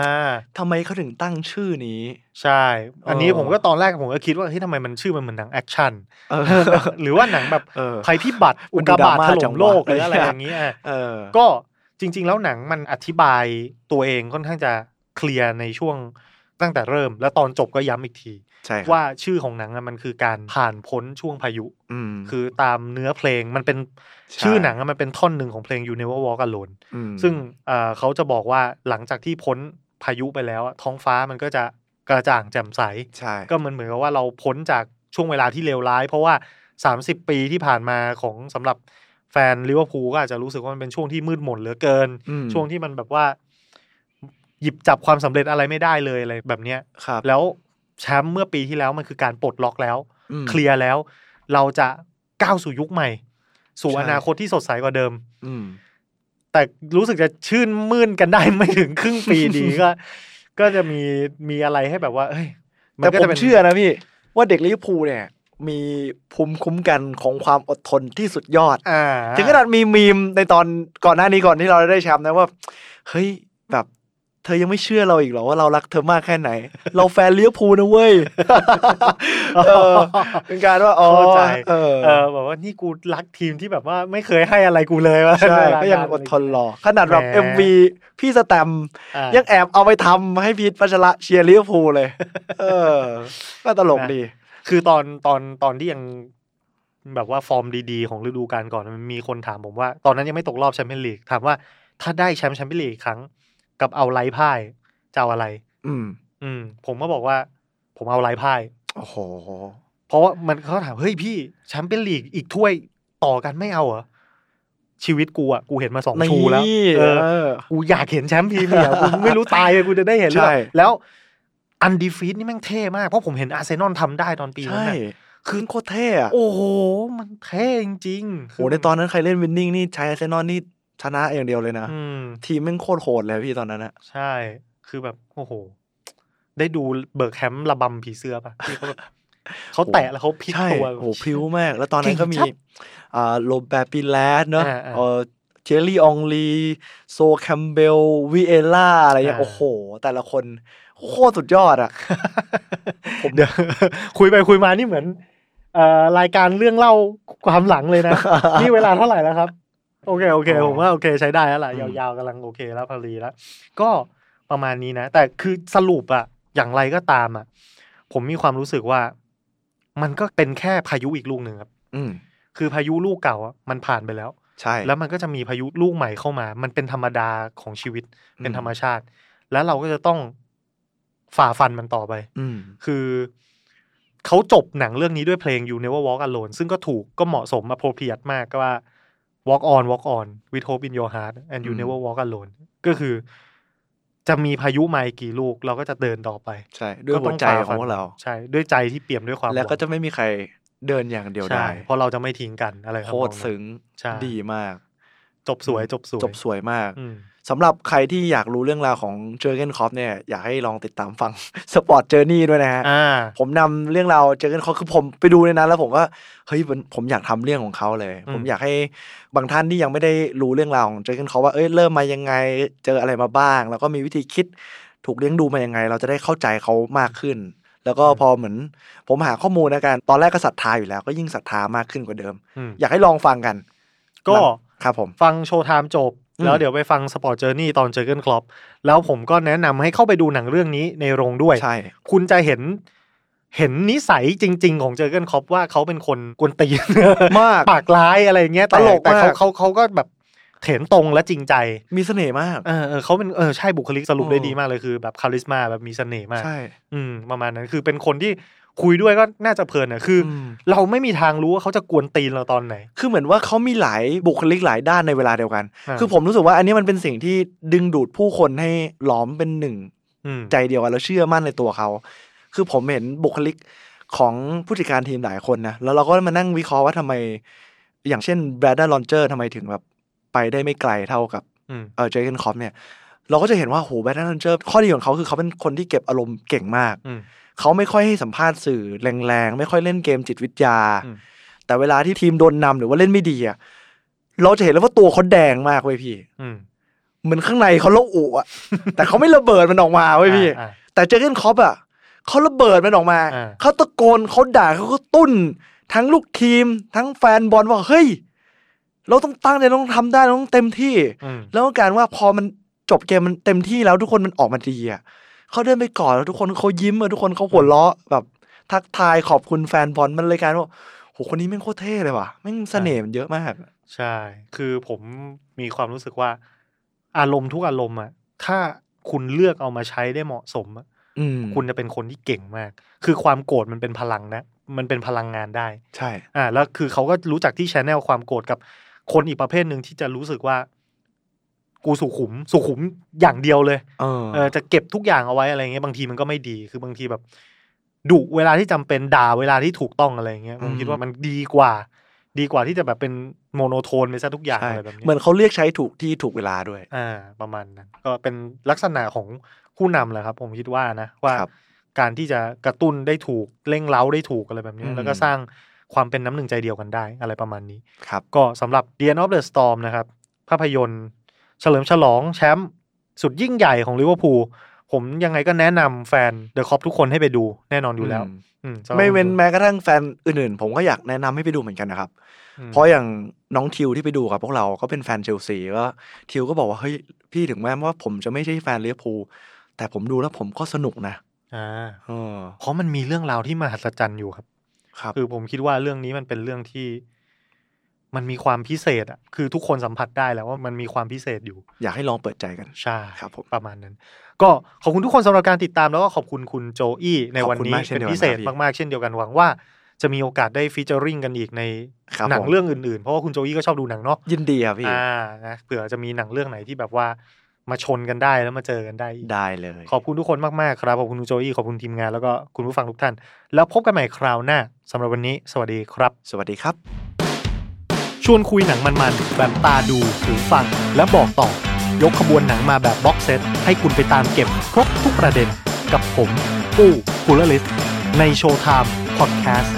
Speaker 2: ทำไมเขาถึงตั้งชื่อนี้
Speaker 1: ใช่ อันนี้
Speaker 2: เออ
Speaker 1: ผมก็ตอนแรกผมก็คิดว่าเฮ้ยทำไมมันชื่อมันเหมือนหนังแอค ชั่น
Speaker 2: เออ
Speaker 1: หรือว่าหนังแบบ
Speaker 2: เออ
Speaker 1: ภัยพิบัติ
Speaker 2: มั
Speaker 1: อุ
Speaker 2: น
Speaker 1: ก
Speaker 2: ดู
Speaker 1: กาบาต
Speaker 2: ดราม่า
Speaker 1: ถ
Speaker 2: จั
Speaker 1: ล่
Speaker 2: ง
Speaker 1: ม
Speaker 2: วะ
Speaker 1: โลกหรืออะไร
Speaker 2: เอออ
Speaker 1: อย่างเงี้ย อ่ะ
Speaker 2: เออ
Speaker 1: ก็จริง ๆ แล้วหนังมันอธิบายตัวเองค่อนข้างจะเคลียร์ในช่วงตั้งแต่เริ่ม แล้วตอนจบก็ย้ำอีกที
Speaker 2: ใช่ครับ
Speaker 1: ว่าชื่อของหนังอะมันคือการผ่านพ้นช่วงพายุ
Speaker 2: อืม
Speaker 1: คือตามเนื้อเพลงมันเป็น
Speaker 2: ใช่
Speaker 1: ชื่อหนังอะมันเป็นท่อนหนึ่งของเพลง You Never Walk Alone
Speaker 2: ม
Speaker 1: ซึ่งเอ่อเขาจะบอกว่าหลังจากที่พ้นพายุไปแล้วอะท้องฟ้ามันก็จะกระจ่างแจ่มใส
Speaker 2: ใช่
Speaker 1: ก็เหมือนเหมือนกับว่าเราพ้นจากช่วงเวลาที่เลวร้าย เพราะว่า 30 ปีที่ผ่านมาของสำหรับแฟนลิเวอร์พูลก็อาจจะรู้สึกว่ามันเป็นช่วงที่มืดมนเหลือเกิน
Speaker 2: อืม
Speaker 1: ช่วงที่มันแบบว่า หยิบจับความสำเร็จอะไรไม่ได้เลยอะไรแบบเนี้ย
Speaker 2: ครับ
Speaker 1: แล้วแชมป์เมื่อปีที่แล้วมันคือการปลดล็อกแล้ว
Speaker 2: อืม
Speaker 1: เคลียร์แล้ว เราจะก้าวสู่ยุคใหม่ สู่
Speaker 2: ใช่
Speaker 1: อนาคตที่สดใสกว่าเดิม
Speaker 2: อืม
Speaker 1: แต่รู้สึกจะชื่นมื่นกันได้ไม่ถึงครึ่งปีดี ก็ ก็จะมีมีอะไรให้แบบว่า เอ้ยน
Speaker 2: แต่
Speaker 1: ก็
Speaker 2: ผ
Speaker 1: จะ
Speaker 2: ม
Speaker 1: ป็น
Speaker 2: เชื่อนะพี่ ว่าเด็กลิเวอร์พูลเนี่ย มีภูมิคุ้มกันของความอดทนที่สุดยอด
Speaker 1: อ่า
Speaker 2: ถึงขนาดมีมีมในตอนก่อนหน้านี้ก่อนที่เราได้แชมป์นะว่า เฮ้ยแบบ เธอยังไม่เชื่อเราอีกเหรอว่าเรารักเธอมากแค่ไหน เราแฟนลิเวอร์พูลนะเว้ยเออเป็นการว่าอ๋อ
Speaker 1: เข้าใจ
Speaker 2: เออ
Speaker 1: เออแบบว่านี่กูรักทีมที่แบบว่าไม่เคยให้อะไรกูเลยวะ
Speaker 2: ใช่
Speaker 1: เวลา
Speaker 2: ก็ยัง
Speaker 1: งาน
Speaker 2: อดทนรอขนาดแบบ MV พี่สแตม
Speaker 1: อ่ะ
Speaker 2: ยังแอบเอาไปทำให้พีทพัชระเชียร์ลิเวอร์พูลเลย เออ ก็ตลกดี
Speaker 1: คือตอนตอนตอนที่ยังแบบว่าฟอร์มดีๆ ของฤดูกาลก่อนมันมีคนถามผมว่า ตอนนั้นยังไม่ตกรอบแชมเปี้ยนลีกถามว่าถ้าได้แชมป์แชมเปี้ยนลีกอีกครั้ง กับเอาไร้พ่ายจะเอาอะไร
Speaker 2: อืม
Speaker 1: อืม ผมก็บอกว่า ผมเอาไร้พ่าย
Speaker 2: โอ้โห
Speaker 1: เพราะว่ามันเขาถามเฮ้ยพี่แชมเปี้ยนลีกอีกถ้วยต่อกันไม่เอาเหรอชีวิตกูอ่ะกูเห็นมาสอง
Speaker 2: นี่
Speaker 1: ชูแล้วเออ
Speaker 2: เออ
Speaker 1: กูอยากเห็นแชมป์พรีเมียร์กูไม่รู้ตายไปกูจะได้เห็นหรือเป
Speaker 2: ใช่
Speaker 1: ล่าแล้วอันดีฟีดนี่แม่งเท่มาก เพราะผมเห็นอาร์เซนอลทำได้ตอนปีนั้น
Speaker 2: ใช่
Speaker 1: น่ะ
Speaker 2: คือโคตรเท่อะโอ้
Speaker 1: โอ้โห มันเท่จริงๆ
Speaker 2: โห
Speaker 1: คื
Speaker 2: ในตอนนั้นใครเล่นวินนิ่งนี่ใช้อาร์เซนอลนี่ชนะอย่างเดียวเลยนะ
Speaker 1: อืม
Speaker 2: ทีมแม่งโคตรโหดเลยพี่ตอนนั้นอะ
Speaker 1: ใช่ คือแบบ โอ้โห ได้ดูเบิร์กแฮมระบำผีเสื้อป่ะที่เขาแบบเขาแตะแล้วเขาพลิก
Speaker 2: ใช่
Speaker 1: ตัว
Speaker 2: โอ้โหพริ้วมาก แล้วตอนนั้นก็มี
Speaker 1: เก่งจัด
Speaker 2: อ่าโรแบร์ปิแลสเนอะ
Speaker 1: อ่าๆ
Speaker 2: เออ เจลลี่อองลีโซแคมเบลวิเอล่าอะไรเงี้ย
Speaker 1: อ่า
Speaker 2: โอ้โห แต่ละคนโคตรสุดยอดอ่ะ
Speaker 1: ผมเดี๋ยว คุยไปคุยมานี่เหมือนเอ่อรายการเรื่องเล่าความหลังเลย นะ นี่เวลาเท่าไหร่แล้วครับ โอเค โอเค
Speaker 2: อ๋อ
Speaker 1: ผมว่าโอเคใช้ได้แล้วล่ะ
Speaker 2: อืม
Speaker 1: ยาวๆกำลังโอเคแล้วพอดีแล้ว ก็ประมาณนี้นะ แต่คือสรุปอะอย่างไรก็ตามอะผมมีความรู้สึกว่า มันก็เป็นแค่พายุอีกลูกหนึ่งครับ
Speaker 2: อืม
Speaker 1: คือพายุลูกเก่าอะมันผ่านไปแล้ว
Speaker 2: ใช่
Speaker 1: แล้วมันก็จะมีพายุลูกใหม่เข้ามา มันเป็นธรรมดาของชีวิต เป็นธรรมชาติ แล้วเราก็จะต้องฝ่าฟันมันต่อไป
Speaker 2: อืม
Speaker 1: คือเขาจบหนังเรื่องนี้ด้วยเพลง You Never Walk Alone ซึ่งก็ถูกก็เหมาะสม appropriate มากก็ว่า Walk on Walk on with hope in your heart and you
Speaker 2: อืม
Speaker 1: never walk alone ก็คือ จะมีพายุมาอีกกี่ลูก เราก็จะเดินต่อไป
Speaker 2: ใช่ด้วย
Speaker 1: ก็
Speaker 2: หั
Speaker 1: ต้
Speaker 2: ว
Speaker 1: อ
Speaker 2: ใจ
Speaker 1: ฝ่
Speaker 2: ของพวกเรา
Speaker 1: ใช่ด้วยใจที่เปี่ยมด้วยความ
Speaker 2: แล้วก็
Speaker 1: หง
Speaker 2: จะไม่มีใครเดินอย่างเดียว
Speaker 1: ใช่
Speaker 2: ได้
Speaker 1: เพราะเราจะไม่ทิ้งกันอะไร
Speaker 2: โค
Speaker 1: ทำนอง
Speaker 2: ตร
Speaker 1: นั้น
Speaker 2: ซึ้ง
Speaker 1: ใช่
Speaker 2: ดีมาก
Speaker 1: จบสวยจบสวย
Speaker 2: จบสวยมาก
Speaker 1: อืม
Speaker 2: สำหรับใครที่อยากรู้เรื่องราวของเจอร์เกนคอฟเนี่ย อยากให้ลองติดตามฟัง สปอร์ตเจอร์นี่ด้วยนะฮะ
Speaker 1: อ่า
Speaker 2: ผมนำเรื่องราวเจอร์เกนคอฟคือผมไปดูในนั้นแล้วผมก็ เฮ้ยมันผมอยากทำเรื่องของเขาเลย
Speaker 1: อืม
Speaker 2: ผมอยากให้บางท่านที่ยังไม่ได้รู้เรื่องราวของเจอร์เกนคอฟว่าเอ้ยเริ่มมายังไงเจออะไรมาบ้าง แล้วก็มีวิธีคิดถูกเลี้ยงดูมายังไง เราจะได้เข้าใจเขามากขึ้น แล้วก็พอเหมือน ผมหาข้อมูลนะกันตอนแรกก็ศรัทธาอยู่แล้ว ก็ยิ่งศรัทธามากขึ้นกว่าเดิม
Speaker 1: อืม
Speaker 2: อยากให้ลองฟังกัน
Speaker 1: ก็
Speaker 2: ครับผม
Speaker 1: ฟังโชว์ไทม์จบ
Speaker 2: อืม
Speaker 1: แล้วเดี๋ยวไปฟังสปอร์ตเจอร์นี่ตอนเจอเกิลคลอปแล้วผมก็แนะนำให้เข้าไปดูหนังเรื่องนี้ในโรงด้วย
Speaker 2: ใช่
Speaker 1: คุณจะเห็นเห็นนิสัยจริง ๆ ของเจอเกิลคลอปว่าเขาเป็นคนกวนตีน
Speaker 2: มาก
Speaker 1: ปากร้ายอะไรอย่างเงี้ยแ
Speaker 2: ตลก
Speaker 1: แต่เขา
Speaker 2: มาก
Speaker 1: เขาเขาก็แบบเถนตรงและจริงใจ
Speaker 2: มีเสน่ห์มาก
Speaker 1: เออเออเขาเป็นเออใช่บุคลิกสรุป
Speaker 2: อืม
Speaker 1: ได้ดีมากเลยคือ แบบคาริสมาแบบมีเสน่ห์มาก
Speaker 2: ใช่
Speaker 1: อืมประมาณนั้นคือเป็นคนที่คุยด้วยก็น่าจะเพลินอ่ะคือ
Speaker 2: อืม
Speaker 1: เราไม่มีทางรู้ว่าเขาจะกวนตีนเราตอนไหน
Speaker 2: คือเหมือนว่าเขามีหลายบุคลิกหลายด้านในเวลาเดียวกัน
Speaker 1: อ่า
Speaker 2: คือผมรู้สึกว่าอันนี้มันเป็นสิ่งที่ดึงดูดผู้คนให้หลอมเป็นหนึ่ง
Speaker 1: อืม
Speaker 2: ใจเดียวกันแล้วเชื่อมั่นในตัวเขา คือผมเห็นบุคลิกของผู้จัดการทีมหลายคนนะ แล้วเราก็มานั่งวิเคราะห์ว่าทำไม อย่างเช่นแบรดดลอนเจอร์ทำไมถึงแบบไปได้ไม่ไกลเท่ากับ
Speaker 1: อืม
Speaker 2: เออเจอเกนคอปเนี่ยเราก็จะเห็นว่าโหแบทแมนเจอร์ข้อดีของเขาคือเขาเป็นคนที่เก็บอารมณ์เก่งมาก
Speaker 1: อืม
Speaker 2: เขาไม่ค่อยให้สัมภาษณ์สื่อแรงๆ ไม่ค่อยเล่นเกมจิตวิทยา
Speaker 1: อืม
Speaker 2: แต่เวลาที่ทีมโดนนำหรือว่าเล่นไม่ดีอะเราจะเห็นแล้วว่าตัวเขาแดงมากเว้ยพี่
Speaker 1: อืม
Speaker 2: เหมือนข้างในเขาละอุ อะ แต่เขาไม่ระเบิดมันออกมาเว้ยพี่
Speaker 1: อ่า
Speaker 2: แต่เจอเกนคอปอะเขาระเบิดมันออกมา
Speaker 1: อ่า
Speaker 2: เขาตะโกนเขาด่าเขาก็ตุ้น ทั้งลูกทีม ทั้งแฟนบอลว่าเฮ้ยเราต้องตั้งใจต้องทำได้เราต้องเต็มที่
Speaker 1: อืม
Speaker 2: แล้วการว่าพอมันจบเกมมันเต็มที่แล้วทุกคนมันออกมาดีอ่ะเขาเดินไปก่อนแล้วทุกคนเขายิ้มอะทุกคนเขาหัวเราะแบบ ทักทายขอบคุณแฟนบอลมันเลยกลารว่าโหคนนี้แม่งโคตรเท่เลยว่ะแม่งเสน่ห์มันเยอะมาก
Speaker 1: ใช่ คือผมมีความรู้สึกว่า อารมณ์ทุกอารมณ์อะถ้าคุณเลือกเอามาใช้ได้เหมาะสมอะ
Speaker 2: อืม
Speaker 1: คุณจะเป็นคนที่เก่งมาก คือความโกรธมันเป็นพลังนะ มันเป็นพลังงานได้
Speaker 2: ใช่
Speaker 1: อ่า แล้วคือเขาก็รู้จักที่ชแนลความโกรธกับคนอีกประเภทหนึ่งที่จะรู้สึกว่า กูสุขุม สุขุมอย่างเดียวเลย
Speaker 2: เออ
Speaker 1: เออจะเก็บทุกอย่างเอาไว้อะไรเงี้ยบางทีมันก็ไม่ดี คือบางทีแบบดุเวลาที่จำเป็นด่าเวลาที่ถูกต้องอะไรเงี้ยผมคิดว่ามันดีกว่า ดีกว่าที่จะแบบเป็นโมโนโทนไปซะทุกอย่าง
Speaker 2: ใช่
Speaker 1: อะไรแบบเนี้ย
Speaker 2: เหมือนเขาเรียกใช้ถูกที่ถูกเวลาด้วย
Speaker 1: อ่า ประมาณนั้นก็เป็นลักษณะของผู้นำแหละครับ ผมคิดว่านะว่า
Speaker 2: ครับ
Speaker 1: การที่จะกระตุ้นได้ถูกเร่งเร้าได้ถูกอะไรแบบเนี้ย
Speaker 2: อืม
Speaker 1: แล้วก็สร้างความเป็นน้ำหนึ่งใจเดียวกันได้อะไรประมาณนี้
Speaker 2: ครับ
Speaker 1: ก็สำหรับ d n of the Storm นะครับ ภาพยนตร์ เฉลิมฉลองแชมป์สุดยิ่งใหญ่ของลิเวอร์พูลผมยังไงก็แนะนำแฟนเดอะคอปทุกคนให้ไปดูแน่นอนอยู่แล้ว อืสำหรับ
Speaker 2: ไม่เว้น
Speaker 1: ผ
Speaker 2: แม้กระทั่งแฟนอื่นๆ ผมก็อยากแนะนำให้ไปดูเหมือนกันนะครับ
Speaker 1: อืม
Speaker 2: เพราะอย่างน้องทิวที่ไปดูกับพวกเราก็เป็นแฟนเชลซีก็ทิวก็บอกว่า เฮ้ย พี่ถึงแม้ว่าผมจะไม่ใช่แฟนลิเวอร์พูลแต่ผมดูแล้วผมก็สนุกนะ
Speaker 1: อ่า
Speaker 2: เออ
Speaker 1: เพราะมันมีเรื่องราวที่มหัศจรรย์อยู่ครับ
Speaker 2: ครับ
Speaker 1: คือผมคิดว่าเรื่องนี้มันเป็นเรื่องที่ มันมีความพิเศษอ่ะคือทุกคนสัมผัสได้แหล้วว่ามันมีความพิเศษอยู่
Speaker 2: อยากให้ลองเปิดใจกัน
Speaker 1: ใช่
Speaker 2: ครับผม
Speaker 1: ประมาณนั้น ก็ขอบคุณทุกคนสำหรับการติดตามแล้วก็ขอบคุณคุณโจอี้ในวันนี้
Speaker 2: ขอบคุณมากเช่น
Speaker 1: เป็น
Speaker 2: เดียวกัน
Speaker 1: พิเศษ
Speaker 2: ครับพี่
Speaker 1: มากๆเช่นเดียวกันหวังว่า จะมีโอกาสได้ฟีเจอริงกันอีกใน
Speaker 2: ครับ
Speaker 1: หนัง
Speaker 2: ผม
Speaker 1: เรื่องอื่นๆ เพราะว่าคุณโจอี้ก็ชอบดูหนังเนาะ
Speaker 2: ยินดีครับพี่
Speaker 1: อ่านะเผื่อจะมีหนังเรื่องไหนที่แบบว่ามาชนกันได้แล้วมาเจอกันได้อีก
Speaker 2: ได้เลย
Speaker 1: ขอบคุณทุกคนมากๆครับขอบคุณคุณโจอี้ขอบคุณทีมงานแล้วก็คุณผู้ฟังทุกท่าน แล้วพบกันใหม่คราวหน้าสำหรับวันนี้ สวัสดีครับ
Speaker 2: สวัสดีครับ
Speaker 1: ชวนคุยหนังมันๆ แบบตาดูหูฟัง และบอกต่อ ยกขบวนหนังมาแบบบ็อกเซต ให้คุณไปตามเก็บครบทุกประเด็นกับผม ปู้คุลลิส ในโชว์ไทม์พอดแคสต์